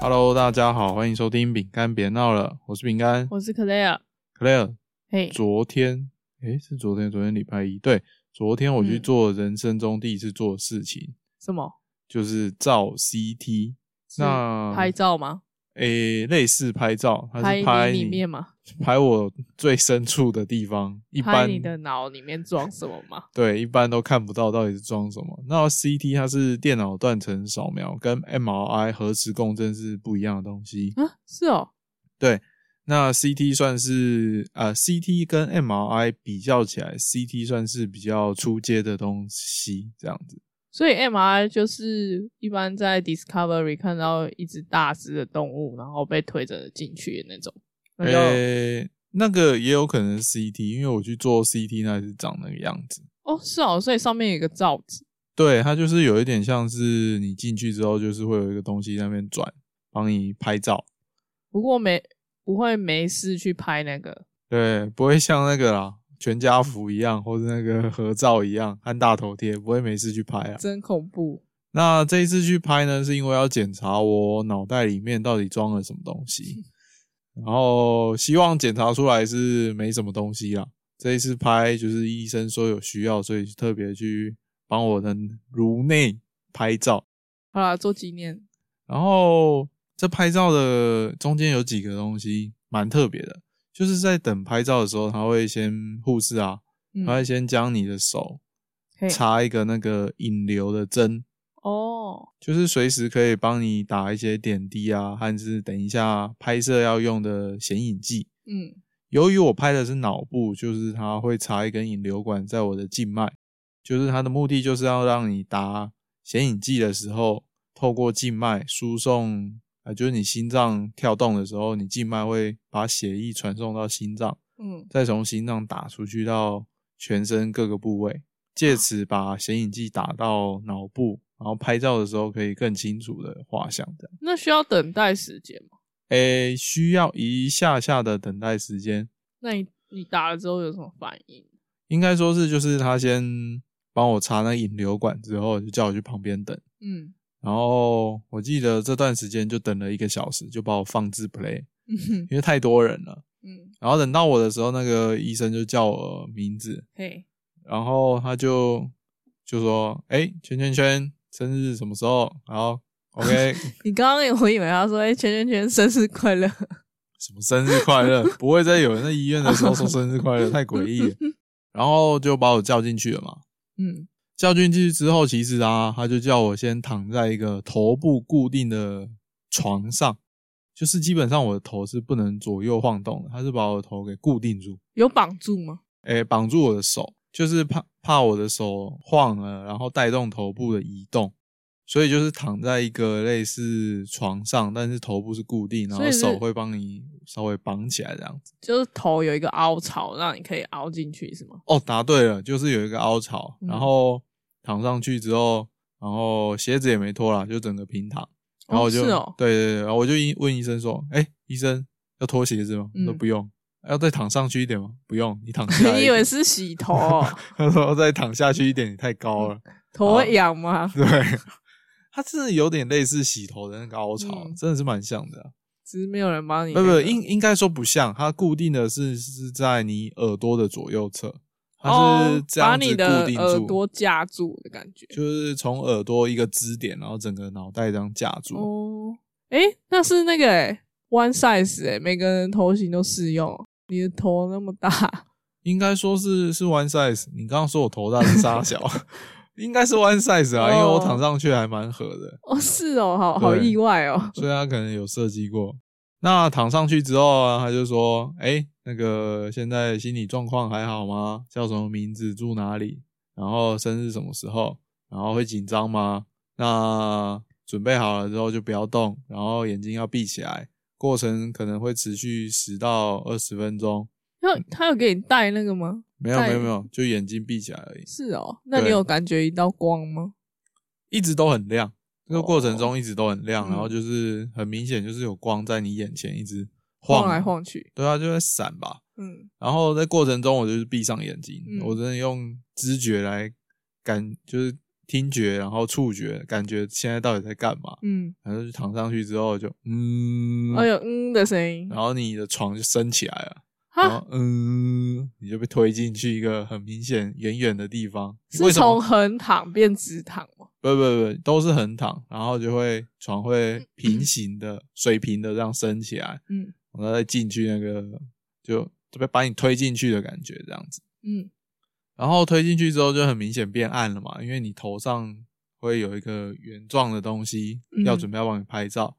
Hello，大家好，欢迎收听《饼干别闹了》，我是饼干我是 Clare， Claire。嘿，昨天，诶，是昨天，昨天礼拜一，对，昨天我去嗯做人生中第一次做的事情，什么？就是照 CT。是那拍照吗？诶，类似拍照，它嗯是拍拍你里你面吗？拍我最深处的地方，一拍般你的脑里面装什么吗？ 对，一般都看不到到底是装什么。那 CT 它是电脑断层扫描，跟 MRI 核磁共振是不一样的东西。啊，是哦，那 CT 算是呃，CT 跟 MRI 比较起来，CT 算是比较出街的东西，这样子。所以 MRI 就是一般在 Discovery 看到一只大只的动物，然后被推着进去的那种，那就、呃、那个也有可能是 CT，因为我去做 CT 那是长那个样子。哦是哦，所以上面有一个罩子，对，它就是有一点像是你进去之后，就是会有一个东西在那边转，帮你拍照。不过没不会没事去拍那个，对，不会像那个啦，全家福一样，或是那个合照一样，按大头贴，不会没事去拍啊。真恐怖。那这一次去拍呢，是因为要检查我脑袋里面到底装了什么东西，然后希望检查出来是没什么东西啦。这一次拍就是医生说有需要，所以特别去帮我的颅内拍照。好啦，做纪念，然后这拍照的中间有几个东西蛮特别的，就是在等拍照的时候，他会先护士啊，嗯，他会先将你的手嘿插一个那个引流的针，哦，就是随时可以帮你打一些点滴啊，还是等一下拍摄要用的显影剂。嗯，由于我拍的是脑部，就是它会插一根引流管在我的静脉，就是它的目的就是要让你打显影剂的时候，透过静脉输送啊、呃就是你心脏跳动的时候，你静脉会把血液传送到心脏，嗯，再从心脏打出去到全身各个部位，借此把显影剂打到脑部，然后拍照的时候可以更清楚的画像。这样，那需要等待时间吗？诶、需要一下下的等待时间。那你你打了之后有什么反应？应该说是就是他先帮我插那引流管之后，就叫我去旁边等。嗯，然后我记得这段时间就等了一个小时，就把我放置 play， 嗯哼因为太多人了。嗯，然后等到我的时候，那个医生就叫我名字，嘿，然后他就就说：“哎、圈圈圈，生日什么时候？”然后 OK，你刚刚我以为他说“哎、圈圈圈，生日快乐什么生日快乐， 不会再有人在医院的时候说生日快乐，太诡异了。然后就把我叫进去了嘛。”，嗯，叫进去之后，其实啊，他就叫我先躺在一个头部固定的床上，就是基本上我的头是不能左右晃动的，他是把我的头给固定住，有绑住吗？诶、绑住我的手，就是怕怕我的手晃了，然后带动头部的移动，所以就是躺在一个类似床上，但是头部是固定，然所后以是手会帮你稍微绑起来这样子。就是头有一个凹槽，让你可以凹进去，是吗？哦，答对了，就是有一个凹槽，嗯然后躺上去之后，然后鞋子也没脱啦，就整个平躺。然后我就、哦是哦对对对，然后我就一问医生说：“哎、医生要脱鞋子吗？”他说：“嗯不用。”要再躺上去一点吗？不用，你 躺下。你以为？是洗头哦、 他说再躺下去一点，你太高嗯了。头会痒吗？对， 它是有点类似洗头的那个凹槽，嗯真的是蛮像的啊、只是没有人帮你、不不，应应该说不像，它固定的是是在你耳朵的左右侧，它是哦，这把样子你固的定住，耳朵夹住的感觉。就是从耳朵一个支点，然后整个脑袋这样架住。哦，诶、那是那个诶、one size 诶、每个人头型都适用哦。你的头那么大， 应该说是是 one size。你刚刚说我头大是沙 小，应该是 one size 啊，哦因为我躺上去还蛮合的，哦，是哦，好好对意外哦。所以他可能有设计过。那躺上去之后啊，他就说：“哎、那个现在心理状况还好吗？叫什么名字？住哪里？然后生日什么时候？然后会紧张吗？那准备好了之后就不要动，然后眼睛要闭起来。过程可能会持续十到二十分钟。他嗯有他有给你戴那个吗？没有戴没有没有，就眼睛闭起来而已。是哦，那你对有感觉一道光吗？一直都很亮，这个过程中一直都很亮，嗯然后就是很明显就是有光在你眼前一直晃晃来，晃去，对啊，就在闪吧。嗯，然后在过程中我就是闭上眼睛，嗯我真的用知觉来感，就是听觉，然后触觉，感觉现在到底在干嘛。嗯，然后就躺上去之后就嗯，哦哎呦嗯的声音然，后你的床就升起来了，然哈，后嗯，你就被推进去一个很明显远远的地方。为是什么从？横躺变直躺吗？不不不，都是横躺，然后就会床会平行的、水平的这样升起来，嗯然后再进去那个就就被把你推进去的感觉这样子。嗯然后推进去之后就很明显变暗了嘛，因为你头上会有一个圆状的东西嗯要准备要帮你拍照。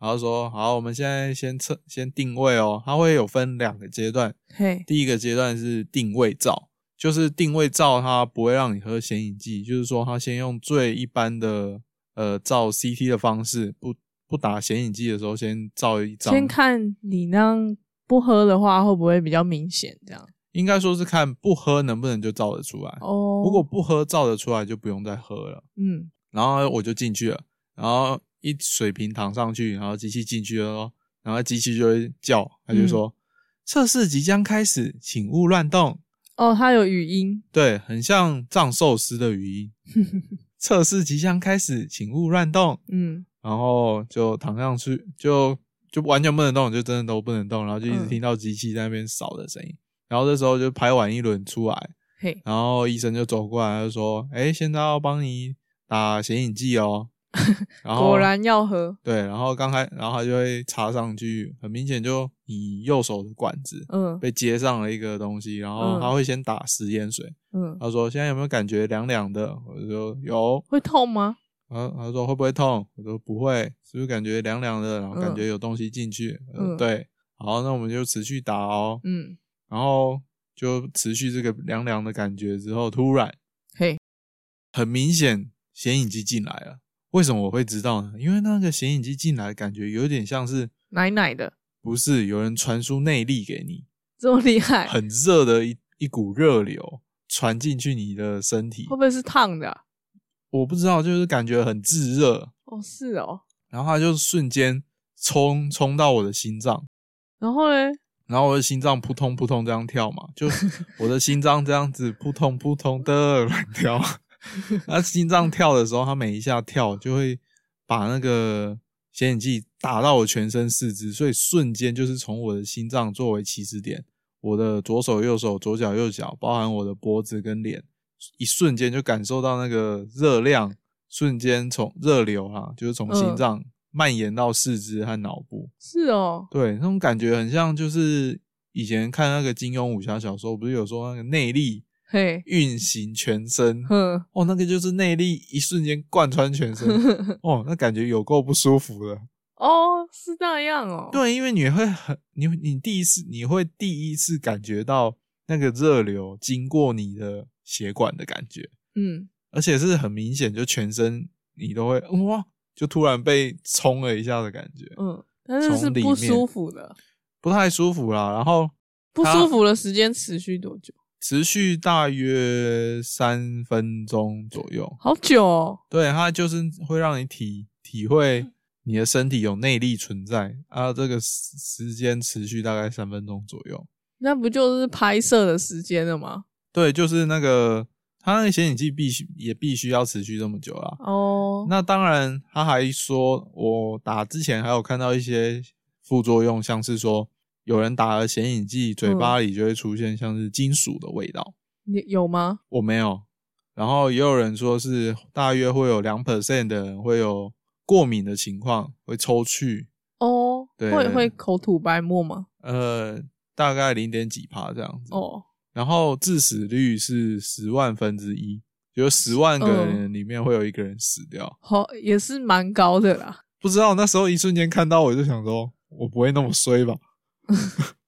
然后说好，我们现在先测先定位哦，它会有分两个阶段，嘿，第一个阶段是定位照，就是定位照它不会让你喝显影剂，就是说它先用最一般的呃照 CT 的方式，不不打显影剂的时候先照一张，先看你那样不喝的话会不会比较明显这样？应该说是看不喝能不能就照得出来，哦，如果不喝照得出来就不用再喝了。嗯然后我就进去了，然后一水平躺上去，然后机器进去了咯，然后机器就会叫，它就说、测试即将开始，请勿乱动。哦，它有语音，对，很像藏寿司的语音。测试即将开始，请勿乱动。嗯然后就躺上去，就就完全不能动，就真的都不能动，然后就一直嗯听到机器在那边扫的声音。然后这时候就拍完一轮出来，嘿，然后医生就走过来，他就说：“哎，现在要帮你打显影剂 哦。”然后果然要喝，对，然后刚开，然后他就会插上去，很明显就你右手的管子嗯被接上了一个东西，然后嗯他会先打食盐水，嗯，他说：“现在有没有感觉凉凉的？”我就说：“有。会痛吗？”然后他说：“会不会痛？”我说：“不会。”是不是感觉凉凉的？然后感嗯觉有东西进去？我说嗯对。好，那我们就持续打哦。嗯，然后就持续这个凉凉的感觉之后，突然嘿，很明显显影剂进来了。为什么我会知道呢？因为那个显影剂进来，感觉有点像是奶奶的不是有人传输内力给你，这么厉害，会很热的一一股热流传进去你的身体不。会是烫的啊、我不知道，就是感觉很炙热，哦，是哦，然后它就瞬间冲冲到我的心脏，然后嘞，然后我的心脏扑通扑通这样跳嘛，就 我的心脏这样子扑通扑通的乱跳。那心脏跳的时候，它每一下跳就会把那个显影剂打到我全身四肢，所以瞬间就是从我的心脏作为起始点，我的左手、右手、左脚、右脚，包含我的脖子跟脸，一瞬间就感受到那个热量瞬间从热流啊，就是从心嗯脏蔓延到四肢和脑部。是哦，对，那种感觉很像就是以前看那个金庸武侠小说，不是有说那个内力嘿，运行全身？ 哼，，哦，那个就是内力一瞬间贯穿全身 哦，那感觉有够不舒服的。哦，是那样哦，，对，因为你会很，你你第一次你会第一次感觉到那个热流经过你的血管的感觉，嗯，而且是很明显，就全身你都会哇，就突然被冲了一下的感觉，嗯，但是是从里不面舒服的，不太舒服啦。然后不它舒服的时间持续多久？持续大约三分钟左右。好久哦，对，它就是会让你体体会你的身体有内力存在啊。这个时时间持续大概三分钟左右。那不就是拍摄的时间了吗？对，就是那个它那个显影剂必须也必须要持续这么久啦。哦，那当然，他还说我打之前还有看到一些副作用，像是说有人打了显影剂，嘴巴里就会出现像是金属的味道。你有吗？我没有。然后也有人说是大约会有两 percent 的人会有过敏的情况，会抽搐，哦，对会会口吐白沫吗？呃，大概零点几趴这样子。哦，然后致死率是十万分之一，有十万个嗯人里面会有一个人死掉。好，也是蛮高的啦。不知道那时候一瞬间看到，我就想说，我不会那么衰吧？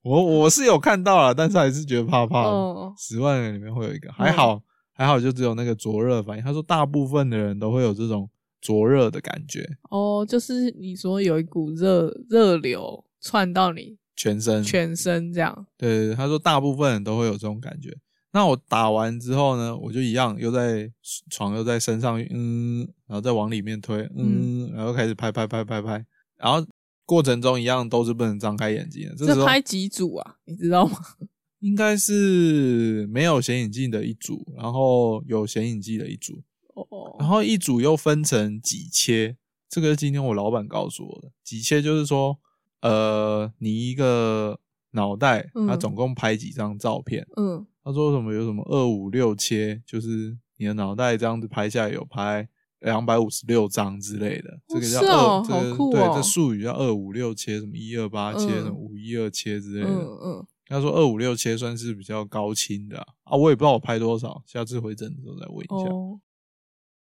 我我是有看到了，但是还是觉得怕怕的。哦，十万人里面会有一个，还好、还好，就只有那个灼热反应。他说大部分的人都会有这种灼热的感觉，哦，就是你说有一股热热流窜到你全身。全身这样，对对对，他说大部分人都会有这种感觉。那我打完之后呢，我就一样又在床又在身上，嗯，然后再往里面推，嗯，然后开始拍拍拍拍拍，然后过程中一样都是不能张开眼睛的。这时这候拍几组啊？你知道吗？应该是没有显影剂的一组，然后有显影剂的一组。哦然哦，后一组又分成几切，这个是今天我老板告诉我的。几切就是说，呃，你一个脑袋，它嗯总共拍几张照片？嗯他说什么有什么二五六切，就是你的脑袋这样子拍下来有拍两百五十六张之类的，这个叫是二、哦这个好酷对哦这术语叫二五六切，什么一二八切，什嗯么五一二切之类的。嗯嗯，他说二五六切算是比较高清的啊啊我也不知道我拍多少，下次回诊的时候再问一下。哦，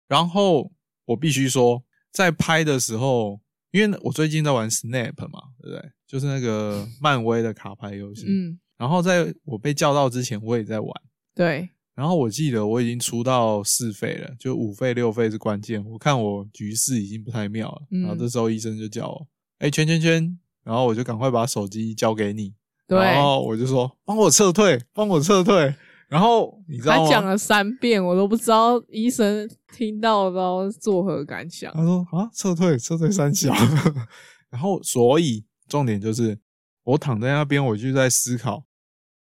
然后我必须说，在拍的时候，因为我最近在玩 Snap 嘛，对不对？就是那 个漫威的卡牌游戏。嗯，然后在我被叫到之前，我也在玩。对，然后我记得我已经出到四费了，就五费六费是关键。我看我局势已经不太妙了，嗯然后这时候医生就叫我：“哎、圈圈圈！”然后我就赶快把手机交给你，对，然后我就说：“帮我撤退，帮我撤退。”然后你知道他吗？讲了三遍，我都不知道医生听到然后作何感想。他说啊，撤退，撤退三小。 然后，所以重点就是，我躺在那边，我就在思考，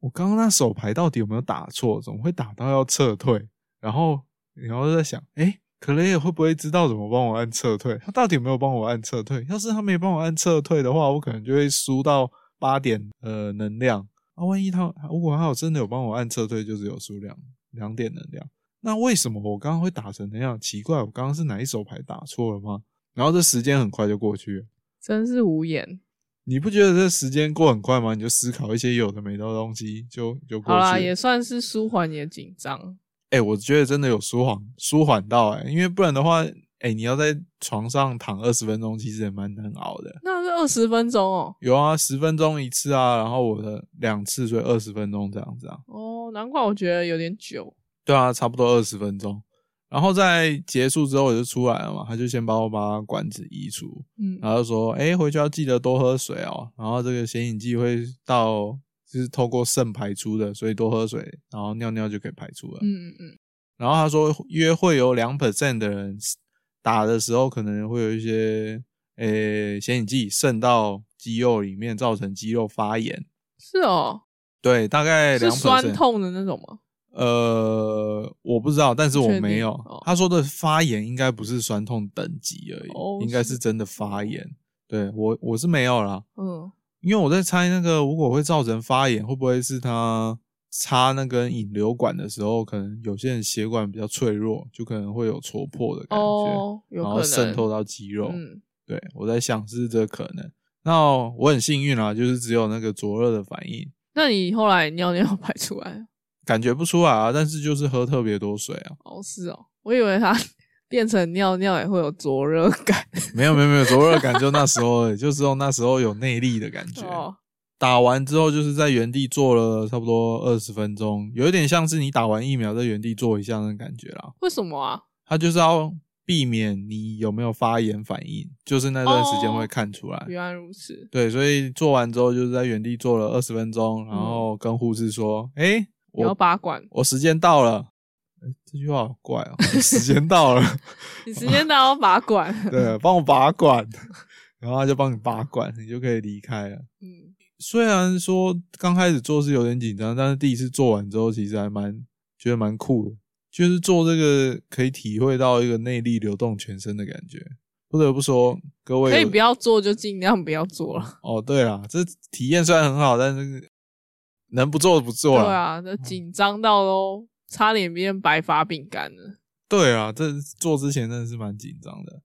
我刚刚那手牌到底有没有打错？怎么会打到要撤退？然后，然后就在想，哎，克雷尔会不会知道怎么帮我按撤退？他到底有没有帮我按撤退？要是他没帮我按撤退的话，我可能就会输到八点呃能量。啊，万一他如果他有真的有帮我按撤退，就是有输两两点能量。那为什么我刚刚会打成那样？奇怪，我刚刚是哪一手牌打错了吗？然后这时间很快就过去了， 真是无言。你不觉得这时间过很快吗？你就思考一些有的没的东西，就就过好啦，去也了。算是舒缓你的紧张。哎、我觉得真的有舒缓舒缓到哎、因为不然的话，哎、你要在床上躺二十分钟，其实也蛮难熬的。那是二十分钟哦，有啊，十分钟一次啊，然后我的两次，所以二十分钟这样子啊。哦，难怪我觉得有点久。对啊，差不多二十分钟。然后在结束之后我就出来了嘛，他就先帮我把管子移除，嗯，然后就说：“哎、回去要记得多喝水哦。然后这个显影剂会到，就是透过肾排出的，所以多喝水，然后尿尿就可以排出了。嗯嗯嗯，然后他说，约会有两 percent 的人打的时候，可能会有一些呃显影剂渗到肌肉里面，造成肌肉发炎。是哦，对，大概是两酸痛的那种吗？呃，我不知道，但是我确定没有。哦他说的发炎应该不是酸痛等级而已，哦应该是是真的发炎。对我我是没有啦。嗯，因为我在猜那个，如果会造成发炎，会不会是他插那根引流管的时候，可能有些人血管比较脆弱，就可能会有戳破的感觉，哦，有然可后能渗透到肌肉。嗯，对我在想是这可能。那我很幸运啊，就是只有那个灼热的反应，那你后来尿尿排出来？感觉不出来啊，但是就是喝特别多水啊。哦，是哦，我以为它 变成尿尿也会有灼热感。没有没有没有，灼热感就那时候而已，就只有那时候有内力的感觉。 哦，打完之后就是在原地坐了差不多二十分钟，有一点像是你打完疫苗在原地坐一下那感觉啦。为什么啊？它就是要避免你有没有发炎反应，就是那段时间会看出来。原来如此。对，所以做完之后就是在原地坐了二十分钟，然后跟护士说：“哎、你要我拔管，我时间到了。诶这句话好怪哦、 我时间到了，你时间到要拔管。 对，帮我拔管，然后他就帮你拔管，你就可以离开了。嗯，虽然说刚开始做是有点紧张，但是第一次做完之后，其实还蛮觉得蛮酷的，就是做这个可以体会到一个内力流动全身的感觉。不得不说，各位可以有不要做就尽量不要做了。哦，对啦，这体验虽然很好，但是能不做不做对啦。啊，这紧张到都差点变白发饼干了。对啊，这做之前真的是蛮紧张的。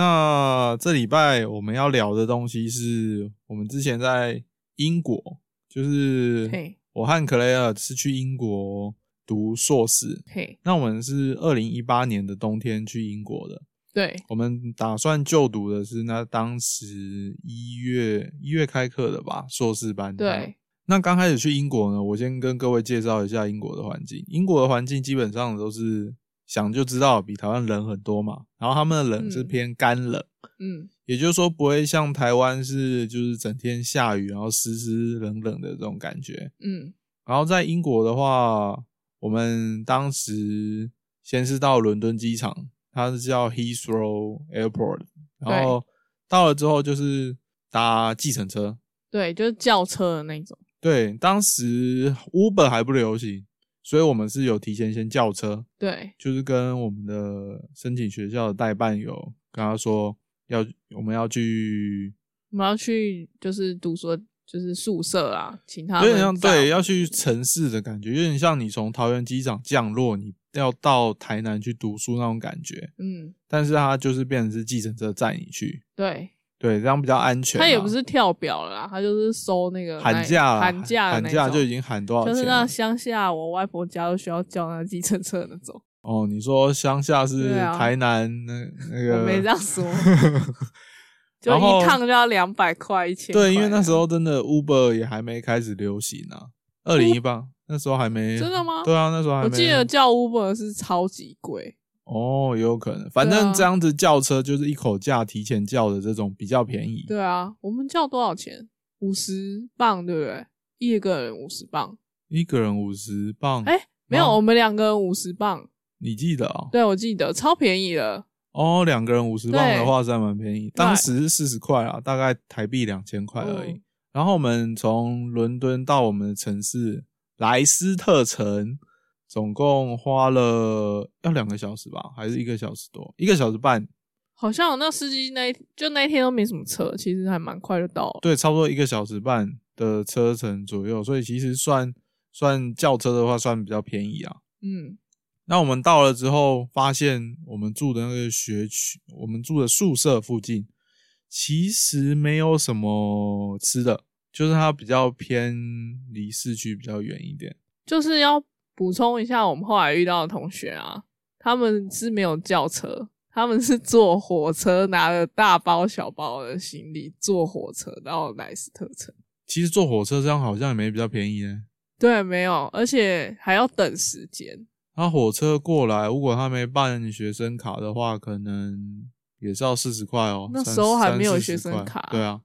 那这礼拜我们要聊的东西是我们之前在英国，就是嘿，我和克雷尔是去英国读硕士，嘿，那我们是二零一八年的冬天去英国的，对，我们打算就读的是那当时一月一月开课的吧，硕士班。对，，那刚开始去英国呢，我先跟各位介绍一下英国的环境。英国的环境基本上都是想就知道比台湾冷很多嘛，然后他们的冷是嗯偏干冷，嗯，也就是说不会像台湾是就是整天下雨，然后湿湿冷冷的这种感觉。嗯，然后在英国的话，我们当时先是到伦敦机场，它是叫 Heathrow Airport，然后到了之后就是搭计程车。对，就是轿车的那种。对，当时 Uber 还不流行，所以我们是有提前先叫车，对，就是跟我们的申请学校的代办有跟他说要我们要去，我们要去就是读书，就是宿舍啊，请他有们点像载我对们要去城市的感觉，有点像你从桃园机场降落，你要到台南去读书那种感觉。嗯，但是他就是变成是计程车载你去，对，对，这样比较安全啊。他也不是跳表了啦，他就是收那个那喊价啦，寒假的喊那价种就已经喊多少就是钱那了？乡下我外婆家都需要叫那计程车的那种，哦，你说乡下是对啊台南那那我个，没这样说，就然后一趟就要两百块一千块啊。对，因为那时候真的 Uber 也还没开始流行啊，二零一八那时候还没真的吗对啊，那时候还没。我记得叫 Uber 是超级贵，哦，也有可能，反对正啊这样子叫车就是一口价提前叫的这种比较便宜。对啊，我们叫多少钱？五十磅，对不对？一个人五十磅，一个人五十磅，哎没有，哦我们两个人五十磅，你记得啊、对我记得超便宜的，哦，两个人五十磅对的话是还蛮便宜，当时是四十块啊，大概台币两千块而已。嗯然后我们从伦敦到我们的城市莱斯特城，总共花了要两个小时吧，还是一个小时多，一个小时半，好像那司机那一就那一天都没什么车，其实还蛮快就到了。对，差不多一个小时半的车程左右，所以其实算算轿车的话，算比较便宜啊。嗯，那我们到了之后，发现我们住的那个学区，我们住的宿舍附近，其实没有什么吃的，就是它比较偏离市区比较远一点。就是要补充一下，我们后来遇到的同学啊，他们是没有轿车，他们是坐火车，拿着大包小包的行李坐火车到莱斯特城。其实坐火车这样好像也没比较便宜呢。对，没有，而且还要等时间。他火车过来，如果他没办学生卡的话，可能也是要四十块哦。那三时候还三没有40学生块卡对啊，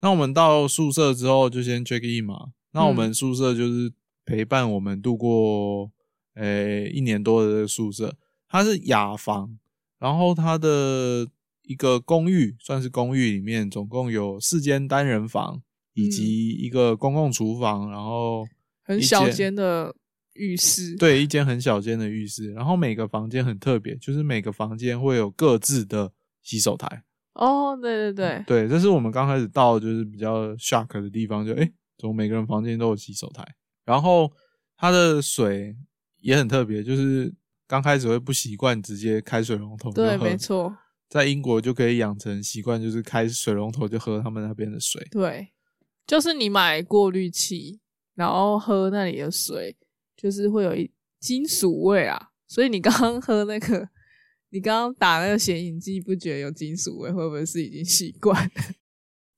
那我们到宿舍之后就先 check in 嘛。那我嗯们宿舍就是陪伴我们度过呃、一年多的这个宿舍，它是雅房，然后它的一个公寓算是公寓里面总共有四间单人房以及嗯一个公共厨房，然后很一小间间的浴室，对，一间很小间的浴室，然后每个房间很特别，就是每个房间会有各自的洗手台。哦，对对对，对，这是我们刚开始到就是比较 shock 的地方，就诶，怎么每个人房间都有洗手台？然后它的水也很特别，就是刚开始会不习惯直接开水龙头就对喝没错，在英国就可以养成习惯，就是开水龙头就喝他们那边的水。对，就是你买过滤器，然后喝那里的水，就是会有一金属味啊。所以你刚刚喝那个，你刚刚打那个显影剂，不觉得有金属味？会不会是已经习惯了？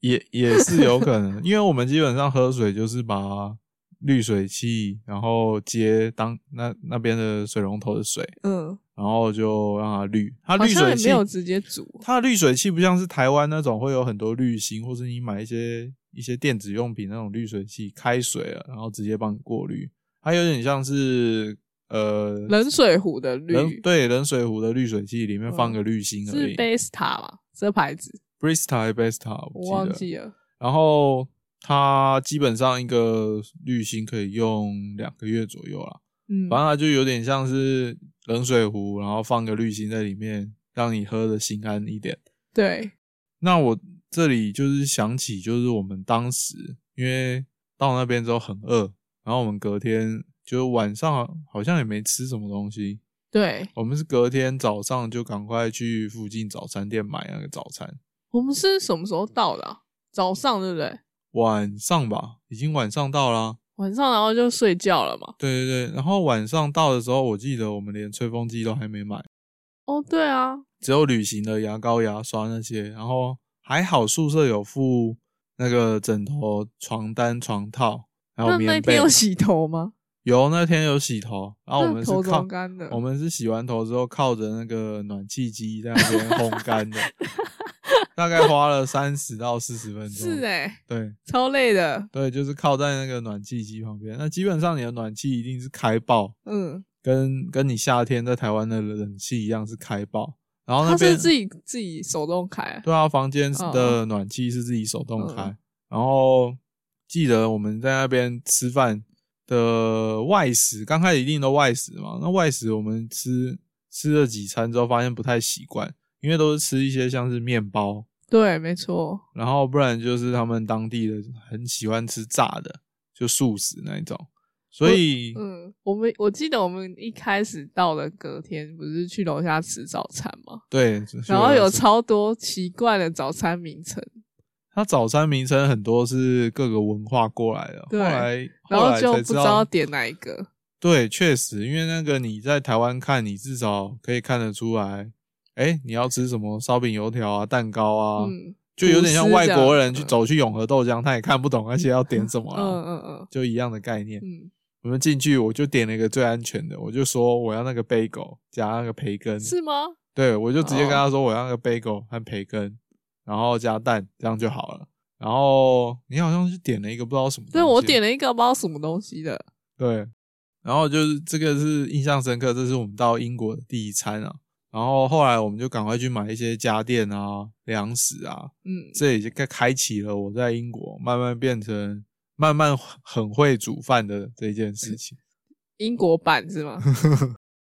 也也是有可能，因为我们基本上喝水就是把滤水器，然后接当那那边的水龙头的水，嗯，然后就让它滤。它 好滤像水也器没有直接煮。它的滤水器不像是台湾那种会有很多滤芯，或是你买一些一些电子用品那种滤水器，开水了然后直接帮你过滤。它有点像是呃冷水壶的滤嗯冷对冷水壶的滤水器里面放个滤芯而是已。 Besta 嘛？这牌子 Brista 还是 Besta 我记忘得记了。然后它基本上一个滤芯可以用两个月左右啦，嗯，反正它就有点像是冷水壶，然后放个滤芯在里面，让你喝的心安一点。对，那我这里就是想起，就是我们当时因为到那边之后很饿，然后我们隔天就晚上好像也没吃什么东西，对，我们是隔天早上就赶快去附近早餐店买那个早餐，我们是什么时候到的啊、早上对不对？晚上吧，已经晚上到啦、晚上然后就睡觉了嘛。对对对，然后晚上到的时候，我记得我们连吹风机都还没买，哦，对啊，只有旅行的牙膏、牙刷那些。然后还好宿舍有附那个枕头、床单、床套，还有那那棉天被。有洗头吗？有那天有洗头，然啊后我们那是靠头怎么干的？我们是洗完头之后靠着那个暖气机在那边烘干 的，大概花了三十到四十分钟。是哎、对超累的。对，就是靠在那个暖气机旁边。那基本上你的暖气一定是开爆。嗯，跟跟你夏天在台湾的冷气一样是开爆，然后那他是边自己自己手动开，对啊，房间嗯的暖气是自己手动嗯开，然后记得我们在那边吃饭，的外食，刚开始一定都外食嘛。那外食我们吃吃了几餐之后，发现不太习惯，因为都是吃一些像是面包，对，没错，然后不然就是他们当地的很喜欢吃炸的，就素食那一种。所以，嗯，我们我记得我们一开始到的隔天不是去楼下吃早餐吗？对，然后所有以超多奇怪的早餐名称，它早餐名称很多是各个文化过来的，后对来然后后来就才不知道道点哪一个。对，确实，因为那个你在台湾看，你至少可以看得出来，哎，你要吃什么烧饼、油条啊、蛋糕啊，嗯就有点像外国人吐司这样去走去永和豆浆，他也看不懂那些要点什么 嗯啦，嗯嗯就一样的概念。嗯，我们进去，我就点了一个最安全的，我就说我要那个 bagel 加那个培根，是吗？对，我就直接跟哦他说我要那个 bagel 和培根，然后加蛋，这样就好了。然后你好像是点了一个不知道什么东西，对，我点了一个不知道什么东西的，对，然后就是这个是印象深刻，这是我们到英国的第一餐啊。然后后来我们就赶快去买一些家电啊、粮食啊，嗯，这也就开开启了我在英国慢慢变成慢慢很会煮饭的这一件事情。英国版是 吗？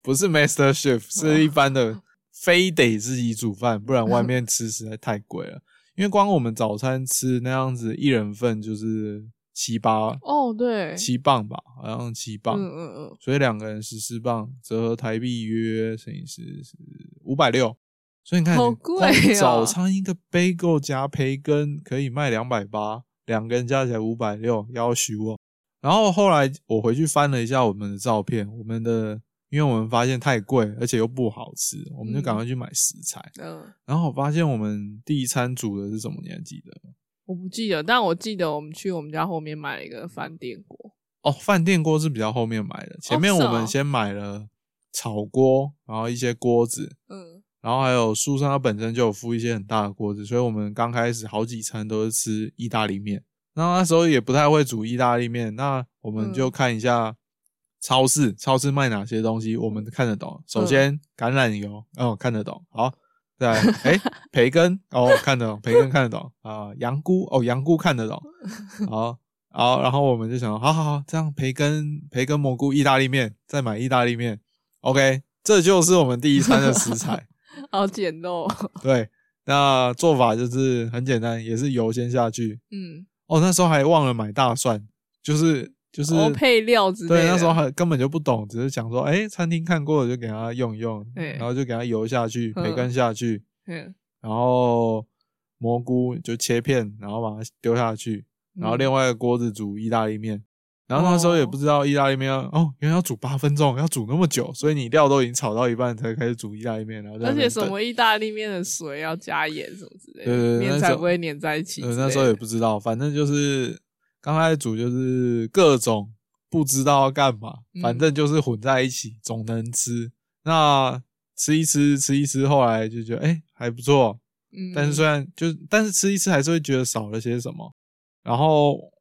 不是 Master Chef，是一哦般的，非得自己煮饭，不然外面吃实在太贵了。因为光我们早餐吃那样子一人份就是七八哦，对，七磅吧，好像七磅，嗯嗯嗯，所以两个人十四磅，折合台币约乘以十是五百六。所以你看，好你贵光哦早餐一个 bagel 加培根可以卖两百八，两个人加起来五百六，要许我。然后后来我回去翻了一下我们的照片，我们的因为我们发现太贵，而且又不好吃，我们就嗯赶快去买食材。嗯，然后我发现我们第一餐煮的是什么，你还记得吗？我不记得，但我记得我们去我们家后面买了一个饭店锅，哦，饭店锅是比较后面买的，前面是我哦们先买了炒锅，然后一些锅子，嗯然后还有树上它本身就有附一些很大的锅子，所以我们刚开始好几餐都是吃意大利面。那那时候也不太会煮意大利面，那我们就看一下超市，超市卖哪些东西，我们看得懂。首先橄榄油，哦，看得懂。好，再来，哎，培根，哦，看得懂，培根看得懂啊、羊菇，哦，羊菇看得懂。好，好，然后我们就想，好好好，这样培根、培根蘑菇意大利面，再买意大利面。OK，这就是我们第一餐的食材。好简陋，哦对，那做法就是很简单，也是油先下去。嗯，哦，那时候还忘了买大蒜，就是就是、哦配料啊之类的，对，那时候还根本就不懂，只是想说，哎、餐厅看过的就给它用一用，对然后就给它油下去，嗯培根下去，嗯，然后蘑菇就切片，然后把它丢下去，然后嗯哦另外一个锅子煮意大利面。然后那时候也不知道意大利面要哦，原来要煮八分钟，要煮那么久，所以你料都已经炒到一半才开始煮意大利面，然后在那而且边什等么意大利面的水要加盐什么之类的，对对对那面时才候不会粘在一起之对，类的。那时候也不知道，反正就是刚开始煮就是各种不知道要干嘛，嗯反正就是混在一起，总能吃。那吃一吃，吃一吃，后来就觉得哎、诶还不错，嗯，但是虽然就但是吃一吃还是会觉得少了些什么，然后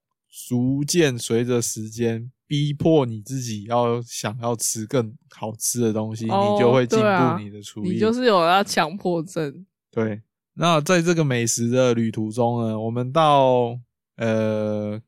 逐渐随着时间逼迫你自己要想要吃更好吃的东西，哦你就会进对啊步你的厨艺。你就是有要强迫症，对，那在这个美食的旅途中呢，我们到呃，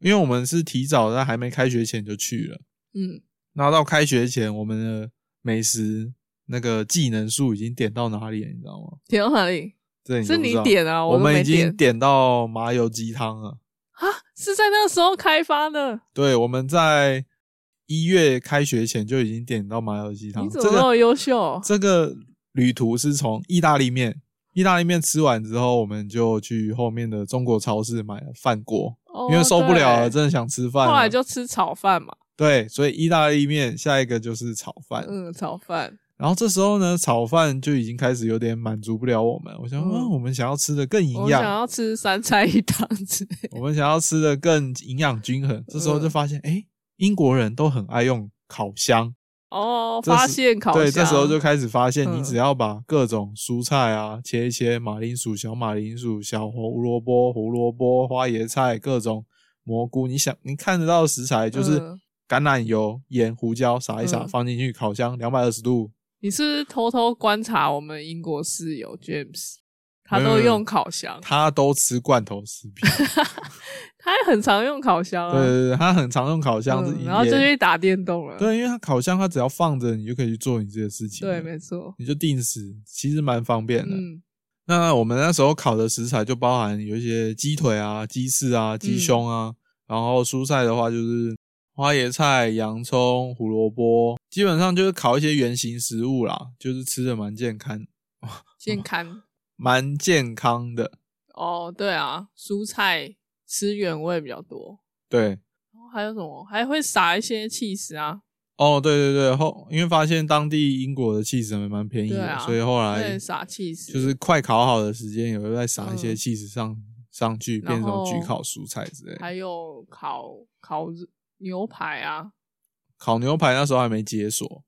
因为我们是提早在还没开学前就去了， 嗯，那到开学前，我们的美食那个技能数已经点到哪里了，你知道吗？点到哪里？这你就是不知你道，点啊，我都们没已经点点到麻油鸡汤了。啊，是在那时候开发的。对，我们在一月开学前就已经点到麻油鸡汤。你这怎个么那么优 秀？这个旅途是从意大利面，意大利面吃完之后，我们就去后面的中国超市买了饭锅，哦因为受不了了，对真的想吃饭啊了。后来就吃炒饭嘛，对，所以意大利面下一个就是炒饭。嗯，炒饭，然后这时候呢，炒饭就已经开始有点满足不了我们。我想，嗯嗯，我们想要吃的更营我养想，要吃三菜一汤之类的。我们想要吃的更营养均衡。这时候就发现，哎、英国人都很爱用烤箱。哦，这发时现烤箱，对，这时候就开始发现，你嗯只要把各种蔬菜啊、切一切，马铃薯、小马铃薯、小胡萝卜、胡萝卜、花椰菜、各种蘑菇，你想你看得到的食材就是嗯橄榄油、盐、胡椒撒一撒，嗯放进去烤箱两百二十度。你是不是偷偷观察我们英国室友 James，他没有都没有用烤 箱，他都吃罐头食品， 他也很常用烤箱对啊，对对，他很常用烤箱，嗯是一然后就夜去打电动了，对，因为它烤箱它只要放着，你就可以去做你自己的事情了，对，没错，你就定时，其实蛮方便的。嗯那我们那时候烤的食材就包含有一些鸡腿啊、鸡翅啊、嗯鸡胸啊，然后蔬菜的话就是花椰菜、洋葱、胡萝卜，基本上就是烤一些圆形食物啦，就是吃的蛮健康、嗯健康蛮健康的。哦，对啊，蔬菜吃原味比较多，对，然后还有什么还会撒一些 cheese 啊，哦，对对对，后因为发现当地英国的气质还蛮便宜的，对啊所以后来对，撒 cheese，就是快烤好的时间也会再撒一些嗯气质上、上去，变然成后焗烤蔬菜之类的。还有烤烤日牛排啊，烤牛排那时候还没解锁，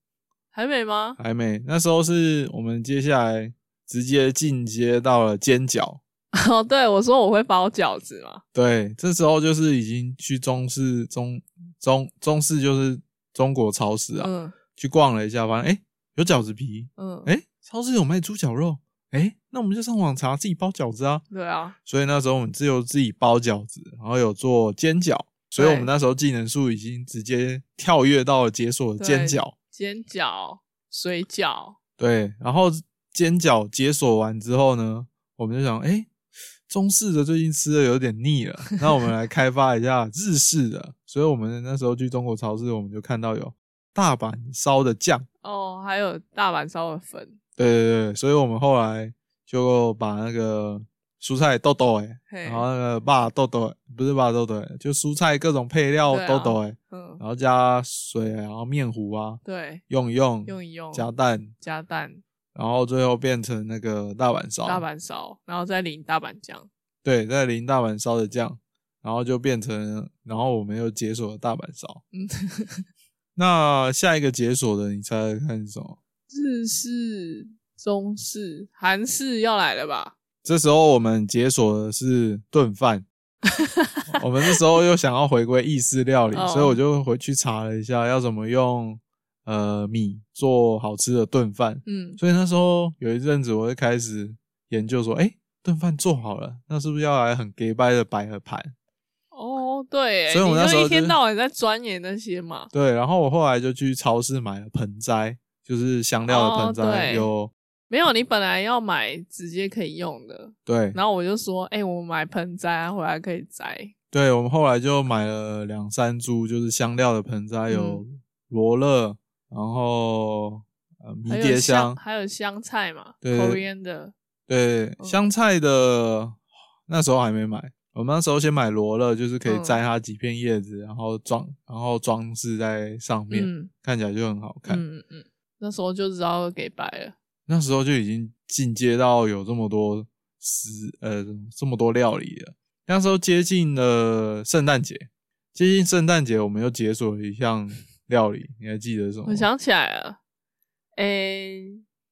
还没吗？还没，那时候是我们接下来直接进阶到了煎饺。哦，对，我说我会包饺子嘛，对，这时候就是已经去中式中中中式就是中国超市啊，嗯去逛了一下，发现哎、诶有饺子皮，嗯，哎、超市有卖猪绞肉，哎、那我们就上网查自己包饺子啊。对啊，所以那时候我们只有自己包饺子，然后有做煎饺，所以我们那时候技能树已经直接跳跃到了解锁的煎对饺。煎饺、水饺，对，然后煎饺解锁完之后呢，我们就想，哎、中式的最近吃的有点腻了，那我们来开发一下日式的。所以我们那时候去中国超市，我们就看到有大阪烧的酱，哦，还有大阪烧的粉，对对对，所以我们后来就把那个蔬菜豆豆哎、嘿然，后那个把豆豆欸不是把豆豆欸，就蔬菜各种配料对啊豆豆哎、嗯，然后加水，然后面糊啊，对，用一用，用一用，加蛋，加蛋，然后最后变成那个大阪烧，大阪烧，然后再淋大阪酱，对，再淋大阪烧的酱，然后就变成，然后我们又解锁了大阪烧。嗯，那下一个解锁的，你猜猜看是什么？日式、中式、韩式要来了吧？这时候我们解锁的是炖饭，我们这时候又想要回归意式料理，哦所以我就回去查了一下，要怎么用呃米做好吃的炖饭。嗯，所以那时候有一阵子，我就开始研究说，哎、炖饭做好了，那是不是要来很 gay 掰的百合盘？哦，对欸，所以我你那时候就一天就是到晚在钻研那些嘛，对，然后我后来就去超市买了盆栽，就是香料的盆哦栽，对有没有，你本来要买直接可以用的，对然后我就说，哎、我买盆栽啊，回来可以摘，对，我们后来就买了两三株，就是香料的盆栽，有嗯罗勒，然后呃迷还有迭香，香，还有香菜嘛对，coriander，对，嗯香菜的那时候还没买。我们那时候先买罗勒，就是可以嗯摘它几片叶子，然后装，然后装饰在上面，嗯看起来就很好看。嗯嗯嗯，那时候就知道给白了，那时候就已经进阶到有这么多食呃这么多料理了。那时候接近了圣诞节，接近圣诞节，我们又解锁了一项料理，你还记得是什么吗？我想起来了，哎、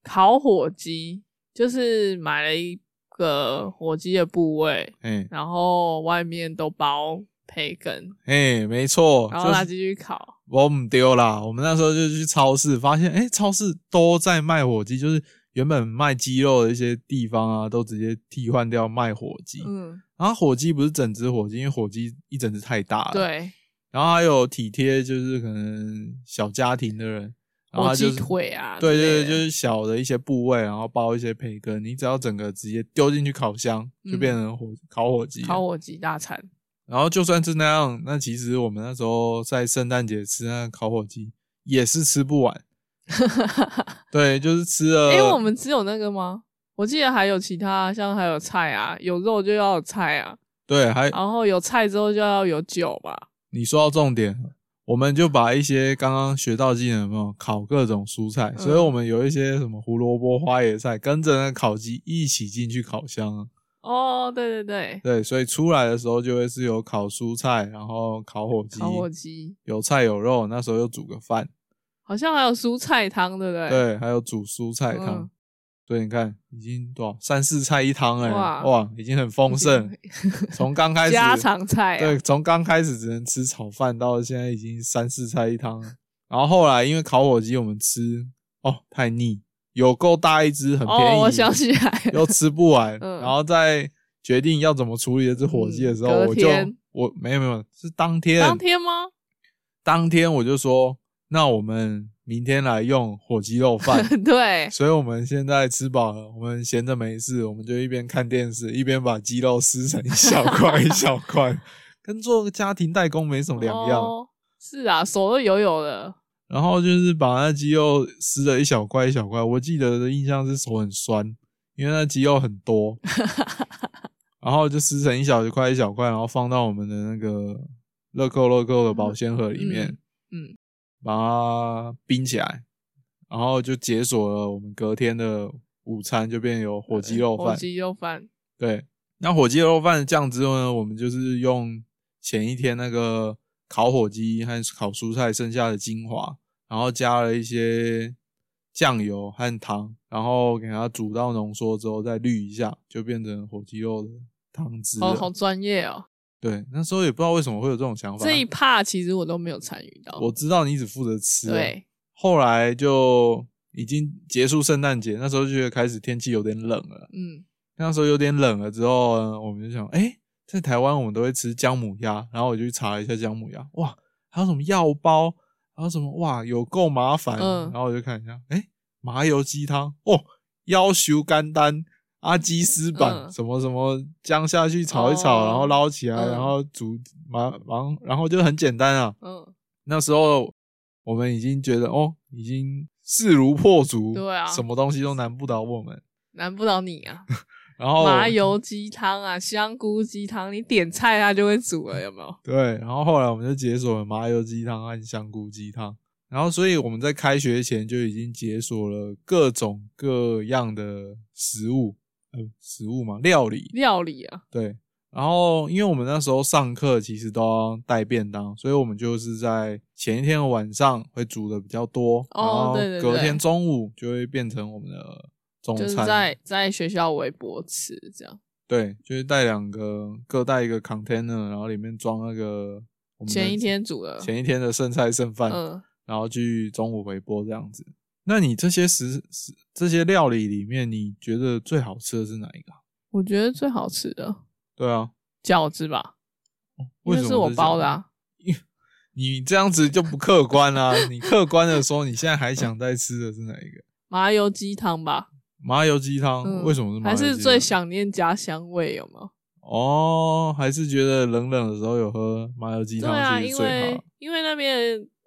烤火鸡，就是买了一个火鸡的部位，哎然后外面都包培根，哎，没错，然后就拿是进去烤，我们丢啦。我们那时候就去超市，发现哎、超市都在卖火鸡，就是原本卖鸡肉的一些地方啊，都直接替换掉卖火鸡。嗯，然后火鸡不是整只火鸡，因为火鸡一整只太大了，对，然后还有体贴，就是可能小家庭的人，然后火他就鸡是腿啊之对类的，对对，就是小的一些部位，然后包一些培根，你只要整个直接丢进去烤箱，就变成火、烤火鸡了。嗯烤火鸡大餐。然后就算是那样，那其实我们那时候在圣诞节吃那个烤火鸡也是吃不 完，对，就是吃了。因为我们只有那个吗？我记得还有其他，像还有菜啊，有肉就要有菜啊，对还然后有菜之后就要有酒吧。你说到重点了，我们就把一些刚刚学到技能有没有烤各种蔬菜，嗯所以我们有一些什么胡萝卜、花椰菜，跟着那烤鸡一起进去烤箱啊。哦，对对对，对，所以出来的时候就会是有烤蔬菜，然后烤火鸡，烤火鸡，有菜有肉，那时候又煮个饭，好像还有蔬菜汤，对不对？对，还有煮蔬菜汤。嗯所以你看，已经多少三四菜一汤哎、哇哇，已经很丰盛。从刚 开始家常菜、啊。对，从刚开始只能吃炒饭，到现在已经三四菜一汤了。然后后来因为烤火鸡我们吃哦太腻，有够大一只，很便宜，哦，我想起来了，又吃不完， 嗯然后再决定要怎么处理这只火鸡的时候，嗯隔我就天我没有没有是当天当天吗？ 当天我就说，那我们明天来用火鸡肉 饭。对，所以我们现在吃饱了，我们闲着没事，我们就一边看电视，一边把鸡肉撕成一小块一小块，跟做个家庭代工没什么两样。哦。是啊，手都油油的，然后就是把那鸡肉撕了一小块一小块，我记得的印象是手很酸，因为那鸡肉很 多，然后就撕成一小块一小块，然后放到我们的那个乐扣乐扣的保鲜盒里面，嗯嗯把它冰起来，然后就解锁了我们隔天的午餐，就变有火鸡肉火饭。鸡肉饭，对，那火鸡肉饭的酱汁呢，我们就是用前一天那个烤火鸡和烤蔬菜剩下的精华，然后加了一些酱油和糖，然后给它煮到浓缩之后再滤一下，就变成火鸡肉的汤汁了。好好专业哦。对，那时候也不知道为什么会有这种想法这。一趴其实我都没有参与到，我知道你只负责吃，，啊对，后来就已经结束圣诞节，那时候就觉得开始天气有点冷了。嗯，那时候有点冷了之后呢，我们就想，哎、在台湾我们都会吃姜母鸭，然后我就去查了一下姜母鸭，哇，还有什么药包，还有什么哇，有够麻烦。嗯然后我就看一下，哎、麻油鸡汤哦，腰修肝丹。阿基斯版、嗯什么什么姜下去炒一炒，哦然后捞起来，嗯然后煮麻，然后然后就很简单啊。嗯，那时候我们已经觉得哦，已经势如破竹，对啊什么东西都难不倒我们。难不倒你啊！然后麻油鸡汤啊， 香菇鸡汤，你点菜它就会煮了，有没有？对，然后后来我们就解锁了麻油鸡汤和香菇鸡汤，然后所以我们在开学前就已经解锁了各种各样的食物，呃，食物嘛，料理，料理啊，对。然后因为我们那时候上课其实都要带便当，所以我们就是在前一天的晚上会煮的比较多，然哦后对对隔对天中午就会变成我们的中就是餐，在在学校微博吃这样，对，就是带两个各带一个 container，然后里面装那个我们的前一天煮的，前一天的剩菜剩饭，呃嗯，然后去中午回播这样子。那你这些食食这些料理里面，你觉得最好吃的是哪一个啊？我觉得最好吃的对啊，饺子吧，因为为什么是我这包的样？啊，你这样子就不客观啦、 你客观的说，你现在还想再吃的是哪一个？麻油鸡汤吧，麻油鸡汤、嗯，为什么是麻还油鸡汤？是最想念家乡味，有没有？哦，还是觉得冷冷的时候有喝麻油鸡对汤啊，其实因最好为。因为那边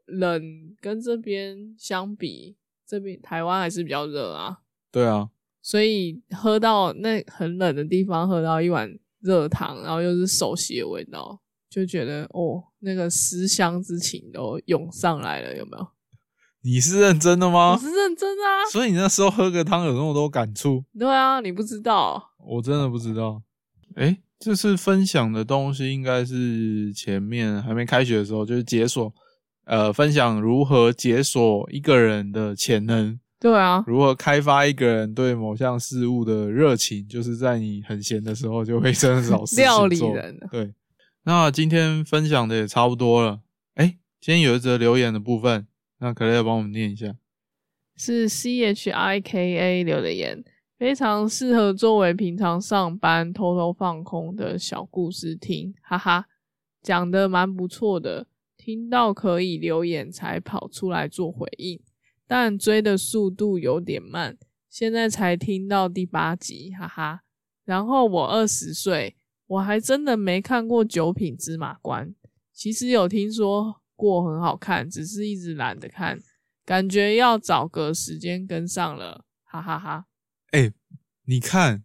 冷跟这边相比，这边台湾还是比较热啊，对啊，所以喝到那很冷的地方，喝到一碗热汤，然后又是熟悉的味道，就觉得哦，那个思乡之情都涌上来了，有没有？你是认真的吗我？是认真的啊，所以你那时候喝个汤有那么多感触？对啊，你不知道，我真的不知道。哎，这次分享的东西应该是前面还没开学的时候，就是解锁，呃，分享如何解锁一个人的潜能，对啊，如何开发一个人对某项事物的热情，就是在你很闲的时候就会真的找事情 料理做人啊对，那今天分享的也差不多了。哎，今天有一则留言的部分，那可乐帮我们念一下。是 C H I K A 留的言，非常适合作为平常上班偷偷放空的小故事听，哈哈，讲的蛮不错的，听到可以留言才跑出来做回应，但追的速度有点慢，现在才听到第八集，哈哈。然后我二十岁，我还真的没看过《九品芝麻官》，其实有听说过很好看，只是一直懒得看。感觉要找个时间跟上了，哈哈哈哎你看，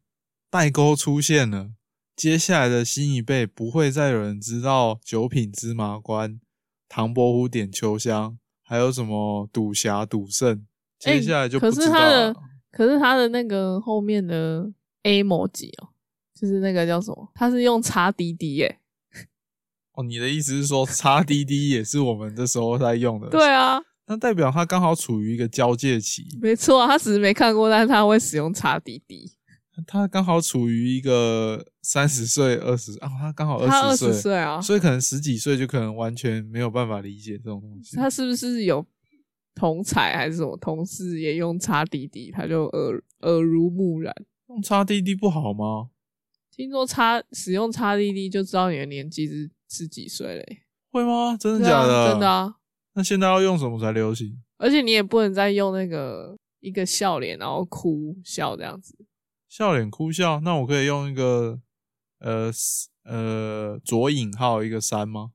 代沟出现了。接下来的新一辈不会再有人知道九品芝麻官、唐伯虎点秋香，还有什么赌侠、赌圣。接下来就不哎可知是道他了。的，可是他的那个后面的 A 模级哦，就是那个叫什么？他是用擦滴滴耶。哦，你的意思是说，叉 D D 也是我们这时候在用的？对，啊，那代表他刚好处于一个交界期，没错啊，他只是没看过，但是他会使用擦滴滴。他刚好处于一个三十岁、二十啊，他刚好他二二十十岁啊，所以可能十几岁就可能完全没有办法理解这种东西。他是不是有同才还是什么同事也用擦滴滴，他就耳耳濡目染。用擦滴滴不好吗？听说擦使用擦滴滴就知道你的年纪是是几岁嘞、会吗？真的对假啊的？真的。啊！那现在要用什么才流行？而且你也不能再用那个一个笑脸，然后哭笑这样子。笑脸哭笑，那我可以用一个呃，s- 呃左引号一个三 吗？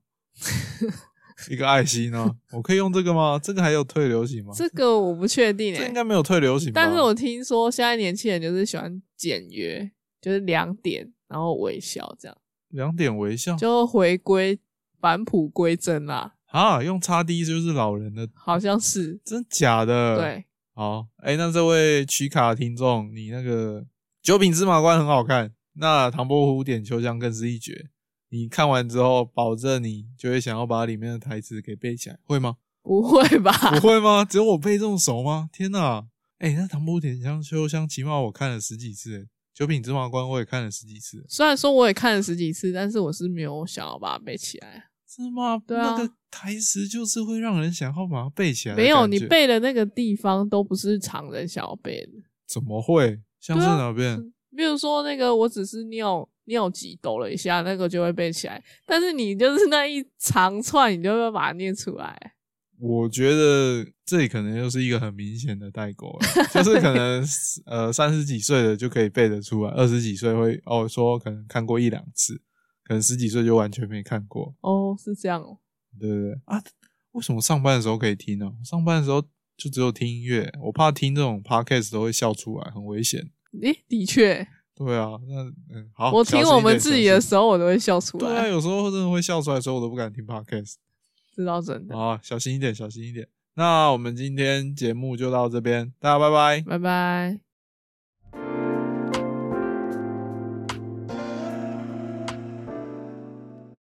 一个爱心呢？我可以用这个吗？这个还有退流行吗？这个我不确定这诶、应该没有退流行吧？但是我听说现在年轻人就是喜欢简约，就是两点，然后微笑这样，两点微笑就回归返璞归真啦，啊，用叉 D 就是老人的，好像是。真假的？，对，好，哎、那这位曲卡听众，你那个九品芝麻官很好看，那唐伯虎点秋香更是一绝。你看完之后，保证你就会想要把里面的台词给背起来，会吗？不会吧？ 不会吗？只有我背这么熟吗？天哪！哎、那唐伯虎点秋香，起码我看了十几次、欸九品芝麻官我也看了十几次。虽然说我也看了十几次，但是我是没有想要把它背起来。啊是吗？对啊那个台词就是会让人想要把它背起来的没有，感你觉背的那个地方都不是常人想要背的。怎么会？像是对啊哪边？ 比如说那个，我只是尿尿急抖了一下，那个就会背起来。但是你就是那一长串，你就会把它念出来。我觉得这里可能又是一个很明显的代沟了，就是可 能呃三十几岁的就可以背得出来，二十几岁会哦说可能看过一两次，可能十几岁就完全没看过，哦，是这样哦。对不对啊？为什么上班的时候可以听呢、我上班的时候就只有听音乐，我怕听这种 podcast 都会笑出来，很危险。诶，的确，对啊，那嗯好，我听小心我一们点自己的小心时候，我都会笑出对啊，来。有时候真的会笑出来，所以我都不敢听 podcast。知道真的。啊，小心一点，小心一点。那我们今天节目就到这边，大家拜拜。拜拜。